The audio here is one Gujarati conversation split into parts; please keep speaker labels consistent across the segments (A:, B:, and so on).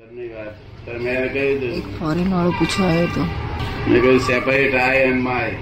A: ધર્મની વાત. પણ મેં એને કહ્યું
B: એક
A: હતું,
B: ફોરેન વાળો પૂછવા આવ્યો હતો
A: મેં કહ્યું separate I and my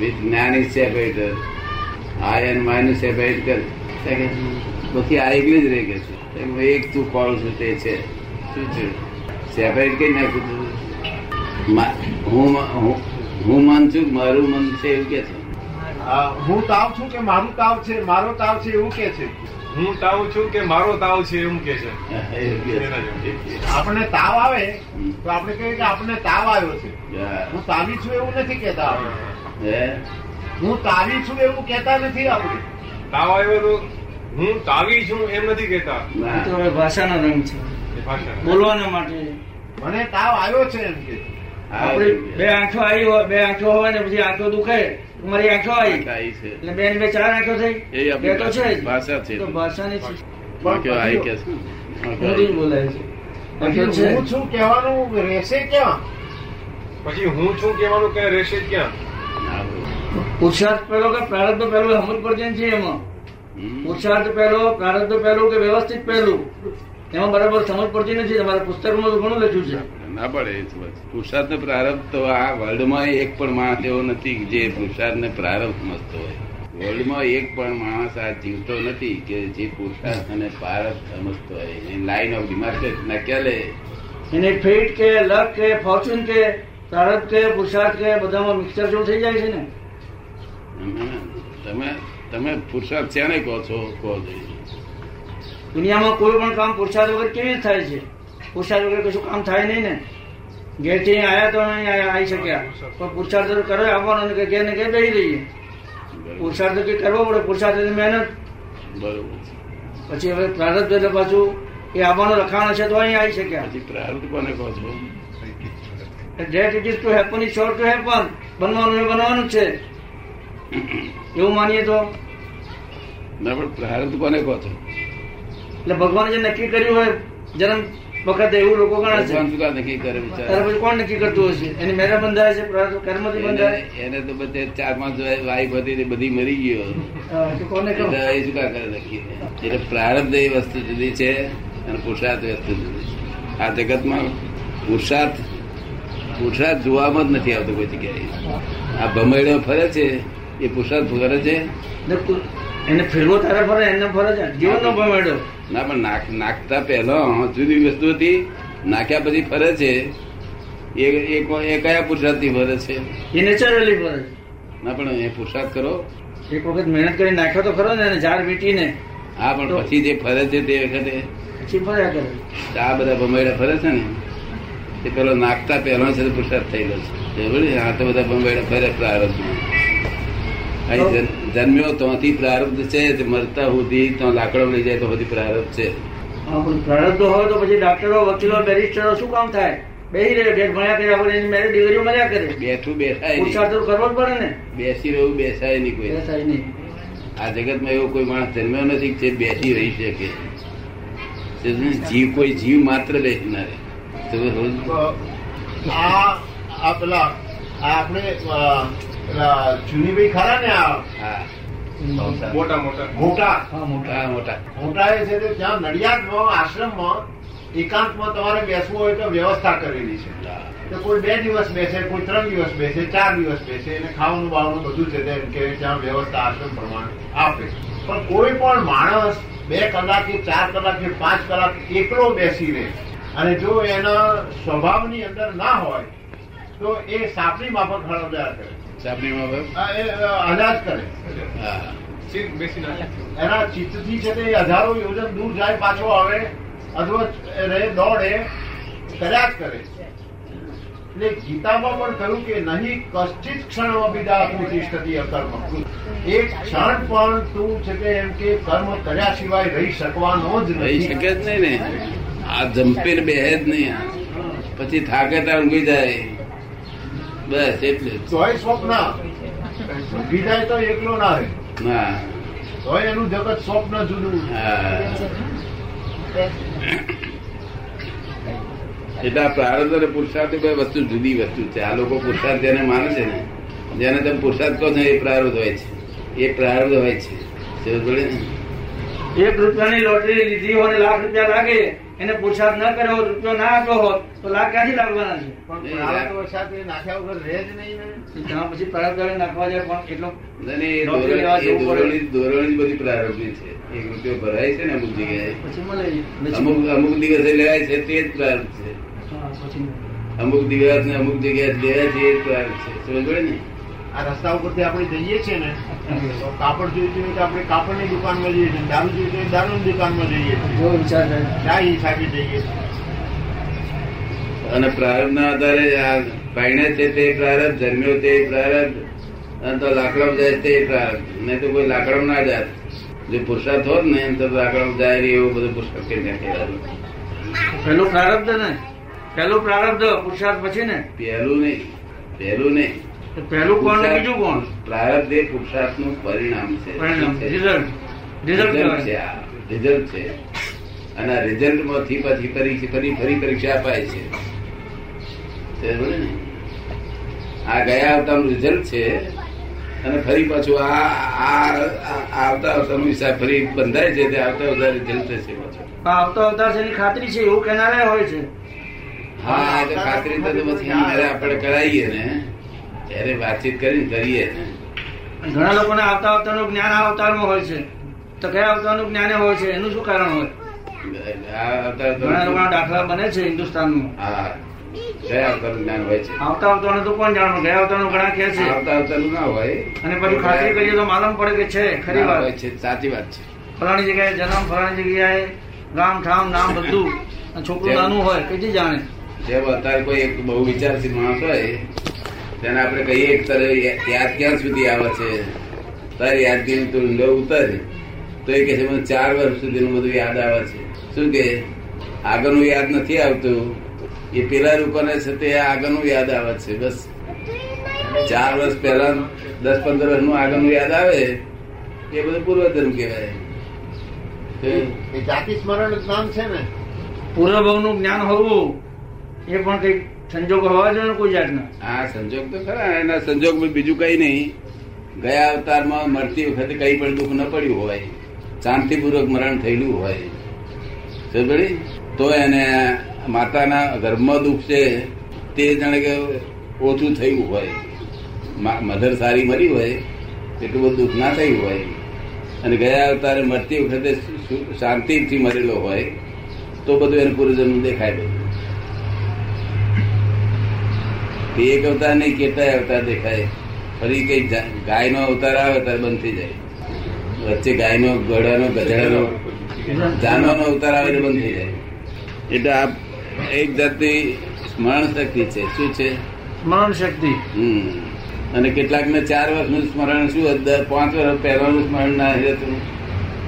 A: with જ્ઞાન is separator I and my નું સેપરેટ કર તે કે, બાકી આ એકલી જ રહી ગઈ છે તે કે, હું એક તું કોણ છું તે છે શું છે સેપરેટ કઈ નાખ્યું તું? મા- હું મ- હું- હું મન છું મારું મન છે એવું કે છે
C: આ હું તાવ છું કે મારું તાવ છે મારો તાવ છે એવું કે છે
D: હું તાવ છું કે મારો તાવ છે એમ કે છે
A: હા, એવું કે છે.
C: આપણને તાવ આવે
A: હમ.
C: તો આપણે કહીએ કે આપણને તાવ આવ્યો છે
A: હા.
C: હું તાવી છું એવું નથી કહેતા આપણે.
A: હે?
C: હું તાવી છું એવું કહેતા નથી આપણે
D: તાવ આવ્યો તો હું તાવી છું એમ નથી કેતા
E: એ તો
A: ના.
E: હવે ભાષાનો રંગ છે
D: ભાષા
E: બોલવાના માટે
C: મને તાવ આવ્યો છે એમ કે
A: હા,
E: આપણી બે આંખો આવી હોય બે આંખો હોય ને પછી આંખો દુખે તો મારી આંખો આવી
A: કાંઈ છે.
E: એટલે બે ને બે ચાર આંખો
A: એ
E: થઈ
A: આપણી
E: બે તો છે જ.
A: ભાષા છે.
E: તો ભાષાની છે
A: બાકી આ કે છે.
E: હિન્દી બોલાય છે આંખો
C: પછી
E: છે
C: હું છું કહેવાનું રહેશે ક્યાં
D: પછી હું છું કહેવાનું કઈ રહેશે ક્યાં
A: ના બોલો.
E: પુરુષાર્થ પહેલો કે પ્રારબ્ધ પહેલો સમજ પડતી નથી એમાં
A: હમ.
E: પુરુષાર્થ પહેલો પ્રારબ્ધ પહેલું કે વ્યવસ્થિત પહેલું એમાં બરાબર સમજ પડતી નથી તમારા પુસ્તકમાં તો ઘણું લખ્યું છે
A: ના પડે એ તો બસ. પુરુષાર્થનો પ્રારબ્ધ તો આ વર્લ્ડમાં એક પણ માણસ એવો નથી કે જે પુરુષાર્થને પ્રારબ્ધ સમજતો હોય વર્લ્ડમાં એક પણ માણસ આ જીવતો નથી કે જે પુરુષાર્થ અને પ્રારબ્ધ સમજતો હોય એની લાઈન ઓફ ડિમાર્કેટ ના ક્યાલે
E: એને ફેટ કે લક કે ફોર્ચ્યુન કે પ્રારબ્ધ કે પુરુષાર્થ કે બધામાં મિક્સર જેવું થઈ જાય છે ને
A: તમે તમે પુરુષાર્થ છે ને કહો છો કહો જોઈએ
E: દુનિયામાં કોઈ પણ કામ પુરુષાર્થ વગર કેવી રીતે થાય છે પુરુષાર્થ વગર કશું કામ થાય નહીં ને ઘેરથી અહીં આયા તો નહીં આયા- આવી શક્યા પણ પુરુષાર્થ તો કરે આવવાનો ને કે ઘેર ને ઘેર બેસી રહીએ
A: બરોબર
E: પુરુષાર્થ તો કંઈ કરવો પડે પુરુષાર્થ એટલે મહેનત
A: બરોબર છે.
E: પછી હવે પ્રારબ્ધ એટલે પાછું એ આવવાનું લખાણ હશે તો અહીં આવી શક્યા
A: પછી પ્રારબ્ધ કોને કહો છો
E: that it is to happen is short to happen બનવાનું એ બનવાનું જ છે એવું માનીએ તો
A: ના પણ પ્રારબ્ધ કોને કહો છો
E: એટલે ભગવાને જે નક્કી કર્યું હોય જન્મ વખતે એવું લોકો ગણે છે
A: ભગવાન શું કામ નક્કી કરે
E: ત્યારે
A: બિચારા?
E: પછી કોણ નક્કી કરતું હશે એની મહેનત બંધાય છે પ્રારબ્ધ કર્મથી બંધાય
A: એને એને તો બધે ચાર પાંચ વાઈફ હતી તે બધી મરી ગયો
E: હા, તો કોને કહું?
A: એટલે એ શું કામ કરે નક્કી? એટલે પ્રારબ્ધ એ વસ્તુ જુદી છે અને પુરુષાર્થ એ વસ્તુ જુદી છે આ જગતમાં પુરુષાર્થ પુરુષાર્થ જોવામાં જ નથી આવતો કોઈ જગ્યાએ આ ભમરડો ફરે છે એ પુરુષાર્થ ફરે છે
E: ને કુ- એને ફેરવો તારે ફરે એને ફરે છે જીવનનો ભમેડો
A: ના પણ નાખ નાખતા પહેલા જુદી વસ્તુ હતી નાખ્યા પછી ફરે છે એ એ કો- એ કયા પુરુષાર્થથી ફરે છે
E: એ નેચરલી ફરે
A: ના પણ એ પુરુષાર્થ કરો
E: છે એક વખત મહેનત કરી નાખ્યો તો ખરો ને એને ઝાડ વીટીને
A: હા પણ પછી જે ફરે છે તે વખતે
E: પછી ફર્યા કરે
A: આ બધા ભંબાઈડા ફરે છે ને એ પેલો નાખતા પહેલો છે તે પુરુષાર્થ થયેલો છે બરાબર ને? આ તો બધા ભંબાઈડા ફરે પ્રારબ્ધમાં અહીં જન- જન્મ્યો ત્યાંથી પ્રારબ્ધ છે તે મરતા સુધી ત્યાં લાકડો લઈ જાય તો બધી પ્રારબ્ધ છે
E: હા, પણ પ્રારબ્ધ હોય તો પછી ડાક્ટરો વકીલો બેરિસ્ટરો શું કામ થાય બેસી રહ્યો ઘેર ભણ્યા કર્યા વગર એની મેરેજ ડિગ્રીઓ મળ્યા કરે
A: બેઠું બેઠાય
E: પુરુષાર્થ
A: નહીં
E: તો કરવો જ પડે ને
A: બેસી રહેવું બેસાય નહીં કોઈ
E: એ થાય નહીં
A: આ જગતમાં એવો કોઈ માણસ જન્મ્યો નથી કે જે બેસી રહી શકે સમજ્યું? જીવ કોઈ જીવ માત્ર બેસી ના રહે તો સમજ્યું?
C: અ, આ આ પેલા આ આપણે અ, પેલા જુનીભાઈ ખરા ને આ
A: હા
D: મોટા મોટા
C: મોટા
E: હા મોટા
A: મોટા મોટા
C: મોટાએ છે તે ત્યાં નડિયાદમાં આશ્રમમાં એકાંતમાં તમારે બેસવું હોય તો વ્યવસ્થા કરેલી છે તો કોઈ બે દિવસ બેસે કોઈ ત્રણ દિવસ બેસે ચાર દિવસ બેસે એને ખાવાનું બાવાનું બધું છે તેમ કે ત્યાં વ્યવસ્થા આશ્રમ પ્રમાણે આપે પણ કોઈ પણ માણસ બે કલાક કે ચાર કલાક કે પાંચ કલાક એકલો બેસી રહે અને જો એના સ્વભાવની અંદર ના હોય તો એ સાપની માફક હળવદાર કરે
A: સાપરીમાં બસ?
C: આ એ અ, અનાજ કરે
A: હા
D: સીટ બેસી નાખે
C: એના ચિત્તથી છે તે હજારો યોજન દૂર જાય પાછો આવે અથવા રહે દોડે કર્યા જ કરે એટલે ગીતામાં પણ કહ્યું કે નહીં કશ્ચિત ક્ષણ અભિદા પ્રતિષ્ઠતી અકર્મ એક ક્ષણ પણ તું છે તે એમ કે કર્મ કર્યા સિવાય રહી શકવાનો જ
A: રહી
C: નથી
A: શકે જ નહીં ને આ જમ્પેર બે જ નહીં આ. પછી થાકે ત્યાં ઊંઘી જાય બસ એટલે જ.
C: તોય સ્વપ્ન ઊંઘી જાય તો એકલો ના રહે
A: ના
C: તોય એનું જગત સ્વપ્ન જુદું
A: હા. એટલે આ પ્રારબ્ધ અને પુરુષાર્થ એ બે વસ્તુ જુદી વસ્તુ છે આ લોકો પુરુષાર્થ જેને માને છે ને જેને તમે પુરુષાર્થ કહો છો ને એ પ્રારબ્ધ હોય છે એ પ્રારબ્ધ હોય છે સમજ પડી ને?
E: એક રૂપિયાની લોટરી લીધી હોય અને લાખ રૂપિયા લાગે એને પુરુષાર્થ ન કર્યો હોત, રૂપિયો ના આપ્યો હોત તો લાભ ક્યાંથી લાગવાના છે
C: પણ પ્રારબ્ધ વરસાદ એ નાખ્યા વગર રહે જ નહીં ને
E: તો ત્યાં પછી પ્રારબ્ધ નાખવા જાય પણ એટલો
A: અને એ
E: નોકરી
A: ધોરણ-
E: લેવા
A: એ
E: જવું પડે.
A: ધોરણની- ધોરણની બધી પ્રારંભની છે એક રૂપિયો ભરાય છે ને અમુક જગ્યાએ
E: પછી મળે જ. પછી-
A: અમુક અમુક દિવસે લેવાય છે તે જ પ્રારંભ છે
E: હા, પછી મળે.
A: અમુક દિવસ ને અમુક જગ્યાએ લેવાય છે એ જ પ્રારંભ છે સમજ પડી ને
C: આ રસ્તા ઉપરથી આપણે જઈએ છીએ ને તો કાપડ જોઈતું હોય તો આપણે કાપડની દુકાનમાં જઈએ છીએ દારૂ જોઈતું હોય તો દારૂની દુકાનમાં જઈએ છીએ
E: જેવો વિચાર થાય
C: ચા હિસાબે જઈએ છીએ
A: અને પ્રારંભના આધારે આ પાયણે છે તે પ્રારંભ જન્મ્યો તે પ્રારંભ અને તો લાકડામાં જાય તે પ્રારંભ નહીં તો કોઈ લાકડામાં ના જાત જો પુરુષાર્થ હોત ને એમ તો લાકડામાં જાય ને એવું બધું પુરુષાર્થ કરી નાખે
E: પહેલું પ્રારબ્ધ ને પહેલું પ્રારબ્ધ પુરુષાર્થ પછી ને
A: પહેલું નહીં પહેલું નહીં
E: તો પહેલું કોણ ને બીજું કોણ
A: પ્રારબ્ધ એ પુરુષાર્થનું પરિણામ છે
E: પરિણામ
A: શું છે?
E: રિઝલ્ટ રિઝલ્ટ
A: રિઝલ્ટ
E: કહેવાય.
A: છે આ. રિઝલ્ટ છે અને આ રિઝલ્ટમાંથી પાછી પરીક્ષા ફરી ફરી પરીક્ષા અપાય છે તે સમજે ને? આ ગયા આવતાનું રિઝલ્ટ છે અને ફરી પાછું આ આ આ- આ આવતા આવતાનું હિસાબ ફરી બંધાય છે તે આવતા આવતા રિઝલ્ટ થશે પાછું
E: આ આવતો અવતાર છે એની ખાતરી છે એવું કહેનારા હોય છે
A: હા આ તો ખાતરી તો પછી જ્યારે આપણે કરાવીએ ને ત્યારે વાતચીત કરીને કરીએ ને
E: ઘણા લોકોને આવતા અવતારનું જ્ઞાન આ અવતારમાં હોય છે તો કયા અવતારનું જ્ઞાન હોય છે એનું શું કારણ હોય
A: આ આવતા
E: ઘણા
A: આવતા
E: લોકોના દાખલા બને છે હિન્દુસ્તાનમાં
A: હા ગયા આવતાનું જ્ઞાન હોય છે
E: આવતા અવતારનું તો કોણ જાણવું ગયા અવતારનું ઘણા કહે છે
A: આવતા આવતાનું ના હોય
E: અને પછી ખાતરી કરીએ તો માલુમ પડે કે છે ખરી
A: ના હોય
E: વાત
A: છે સાચી વાત છે
E: ફલાણી જગ્યાએ જન્મ ફલાણી જગ્યાએ ગામ ઠામ નામ બધું અને છોકરું નાનું હોય કેટલી જાણે
A: જેમ અત્યારે કોઈ એક બહુ વિચારશીલ માણસ હોય તેને આપણે કહીએ કે તારે યા- યાદ ક્યાં સુધી આવે છે તારી યાદગીરી તું ઊંડે ઉતર તો એ કહે છે મને ચાર વર્ષ સુધીનું બધું યાદ આવે છે શું કે આગળનું યાદ નથી આવતું એ પેલા લોકોને છે તે આગળનું યાદ આવે છે બસ ચાર વર્ષ પહેલા દસ પંદર વર્ષનું આગળનું યાદ આવે એ બધું પૂર્વધર્મ કહેવાય તો
C: એ જાતિ સ્મરણ જ નામ છે ને
E: પૂર્વભાવનું જ્ઞાન હોવું એ પણ કઈક સંજોગો હોવા જોઈએ ને કોઈ જાતના
A: આ સંજોગ તો ખરા એના સંજોગમાં બીજું કઈ નહીં ગયા અવતારમાં મરતી વખતે કઈ પણ દુઃખ ન પડ્યું હોય શાંતિપૂર્વક મરણ થયેલું હોય સમજ પડી? તો એને માતાના ગર્ભમાં દુઃખ છે તે જાણે કે ઓછું થયું હોય મા- મધર સારી મરી હોય એટલું બધું દુઃખ ના થયું હોય અને ગયા અવતારે મરતી વખતે સુ- શાંતિથી મરેલો હોય તો બધું એને પૂર્વજન્મ દેખાય બધું તે એક અવતાર નહીં કેટલાય અવતાર દેખાય ફરી કઈ જા- ગાયનો અવતાર આવે ત્યારે બંધ થઈ જાય વચ્ચે ગાયનો ઘોડાનો ગધેડાનો જાનવાનો અવતાર આવે એટલે બંધ થઈ જાય એટલે આ એક જાતની સ્મરણ શક્તિ છે શું છે
E: સ્મરણ શક્તિ
A: હમ અને કેટલાકને ચાર વર્ષનું સ્મરણ શું દ- પાંચ વર્ષ પહેલાનું સ્મરણ ના રહેતું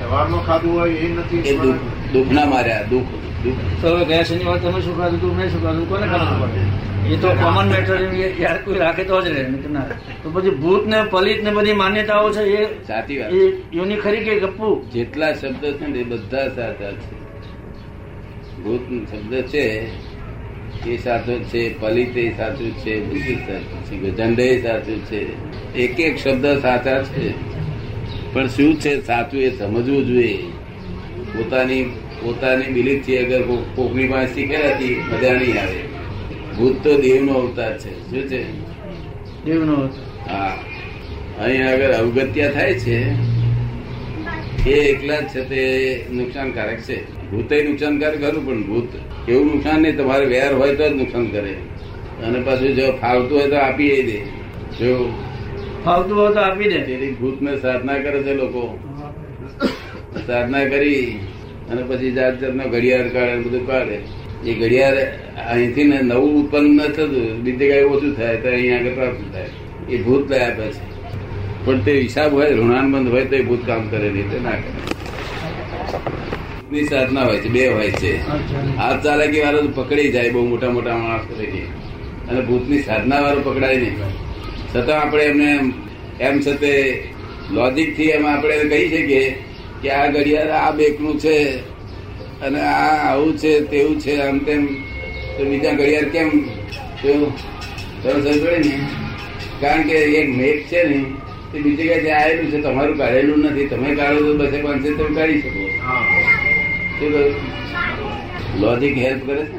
C: સવારનો ખાધું હોય એ નથી
A: એ દુઃખ
C: સ્મરણ.
A: દુઃખ ના માર્યા દુઃખ દુઃખ
E: તો હવે ગયા શનિવાર તમે શું ખાધું તું નહીં શું ખાધું કોને ખબર પડે એ તો કોમન મેટર યાર કોઈ રાખે તો જ રહે નહીં તો ના રહે. તો પછી ભૂત ને પલિત ને બધી માન્યતાઓ છે એ
A: સાચી વાત
E: એ યોની ખરી કે ગપ્પુ
A: જેટલા શબ્દ છે ને એ બધા સાચા છે ભૂત શબ્દ છે એ સાચો છે પલિત એ સાચું છે બુદ્ધિ સાચું છે ગજંડ એ સાચું છે એક એક શબ્દ સાચા છે પણ શું છે સાચું એ સમજવું જોઈએ પોતાની પોતાની બિલીફથી અગર કો- કોકની પાસે શીખેલા હતી મજા નહીં આવે ભૂત તો દેવનો અવતાર છે શું છે
E: દેવનો
A: હા અહીં આગળ અવગત્યા થાય છે એ એકલા જ છે તે નુકસાનકારક છે ભૂતે નુકસાનકારક ખરું પણ ભૂત એવું નુકસાન નહીં તમારે વેર હોય તો જ નુકસાન કરે અને પાછું જો ફાવતું હોય તો આપી દે જો
E: ફાવતું હોય તો આપી દે
A: તેથી ભૂતને સાધના કરે છે લોકો સાધના કરી અને પછી જાત જાતનો ઘડિયાળ કાઢે ને બધું કાઢે એ ઘડિયાળ અહીંથી ને નવું ઉત્પન્ન ન થતું બીજે કાંઈ ઓછું થાય તો અહીંયા આગળ પ્રાપ્ત થાય એ ભૂત લાયા પછી પણ તે હિસાબ હોય ઋણાન બંધ હોય તો એ ભૂત કામ કરે નહીં તો ના કરે ની સાધના હોય છે બે હોય છે હાથ ચાલાકી વાળો તો પકડી જાય બહુ મોટા મોટા માણસ લઈને અને ભૂતની સાધના વાળો પકડાય નહીં છતાં આપણે એમને એમ છતે લોજિક થી એમ આપણે કહી શકીએ કે આ ઘડિયાળ આ બેકનું છે અને આ આવું છે તેવું છે આમ તેમ તો બીજા ઘડિયાળ કેમ તેવું સરસ પડે ને કારણ કે એક મેઘ છે ને તે બીજે ક્યાંય જે આવેલું છે તમારું કાઢેલું નથી તમે કાઢો તો બસે પાંચસો તમે કાઢી શકો
C: હા.
A: શું કહ્યું? લોજિક હેલ્પ કરે છે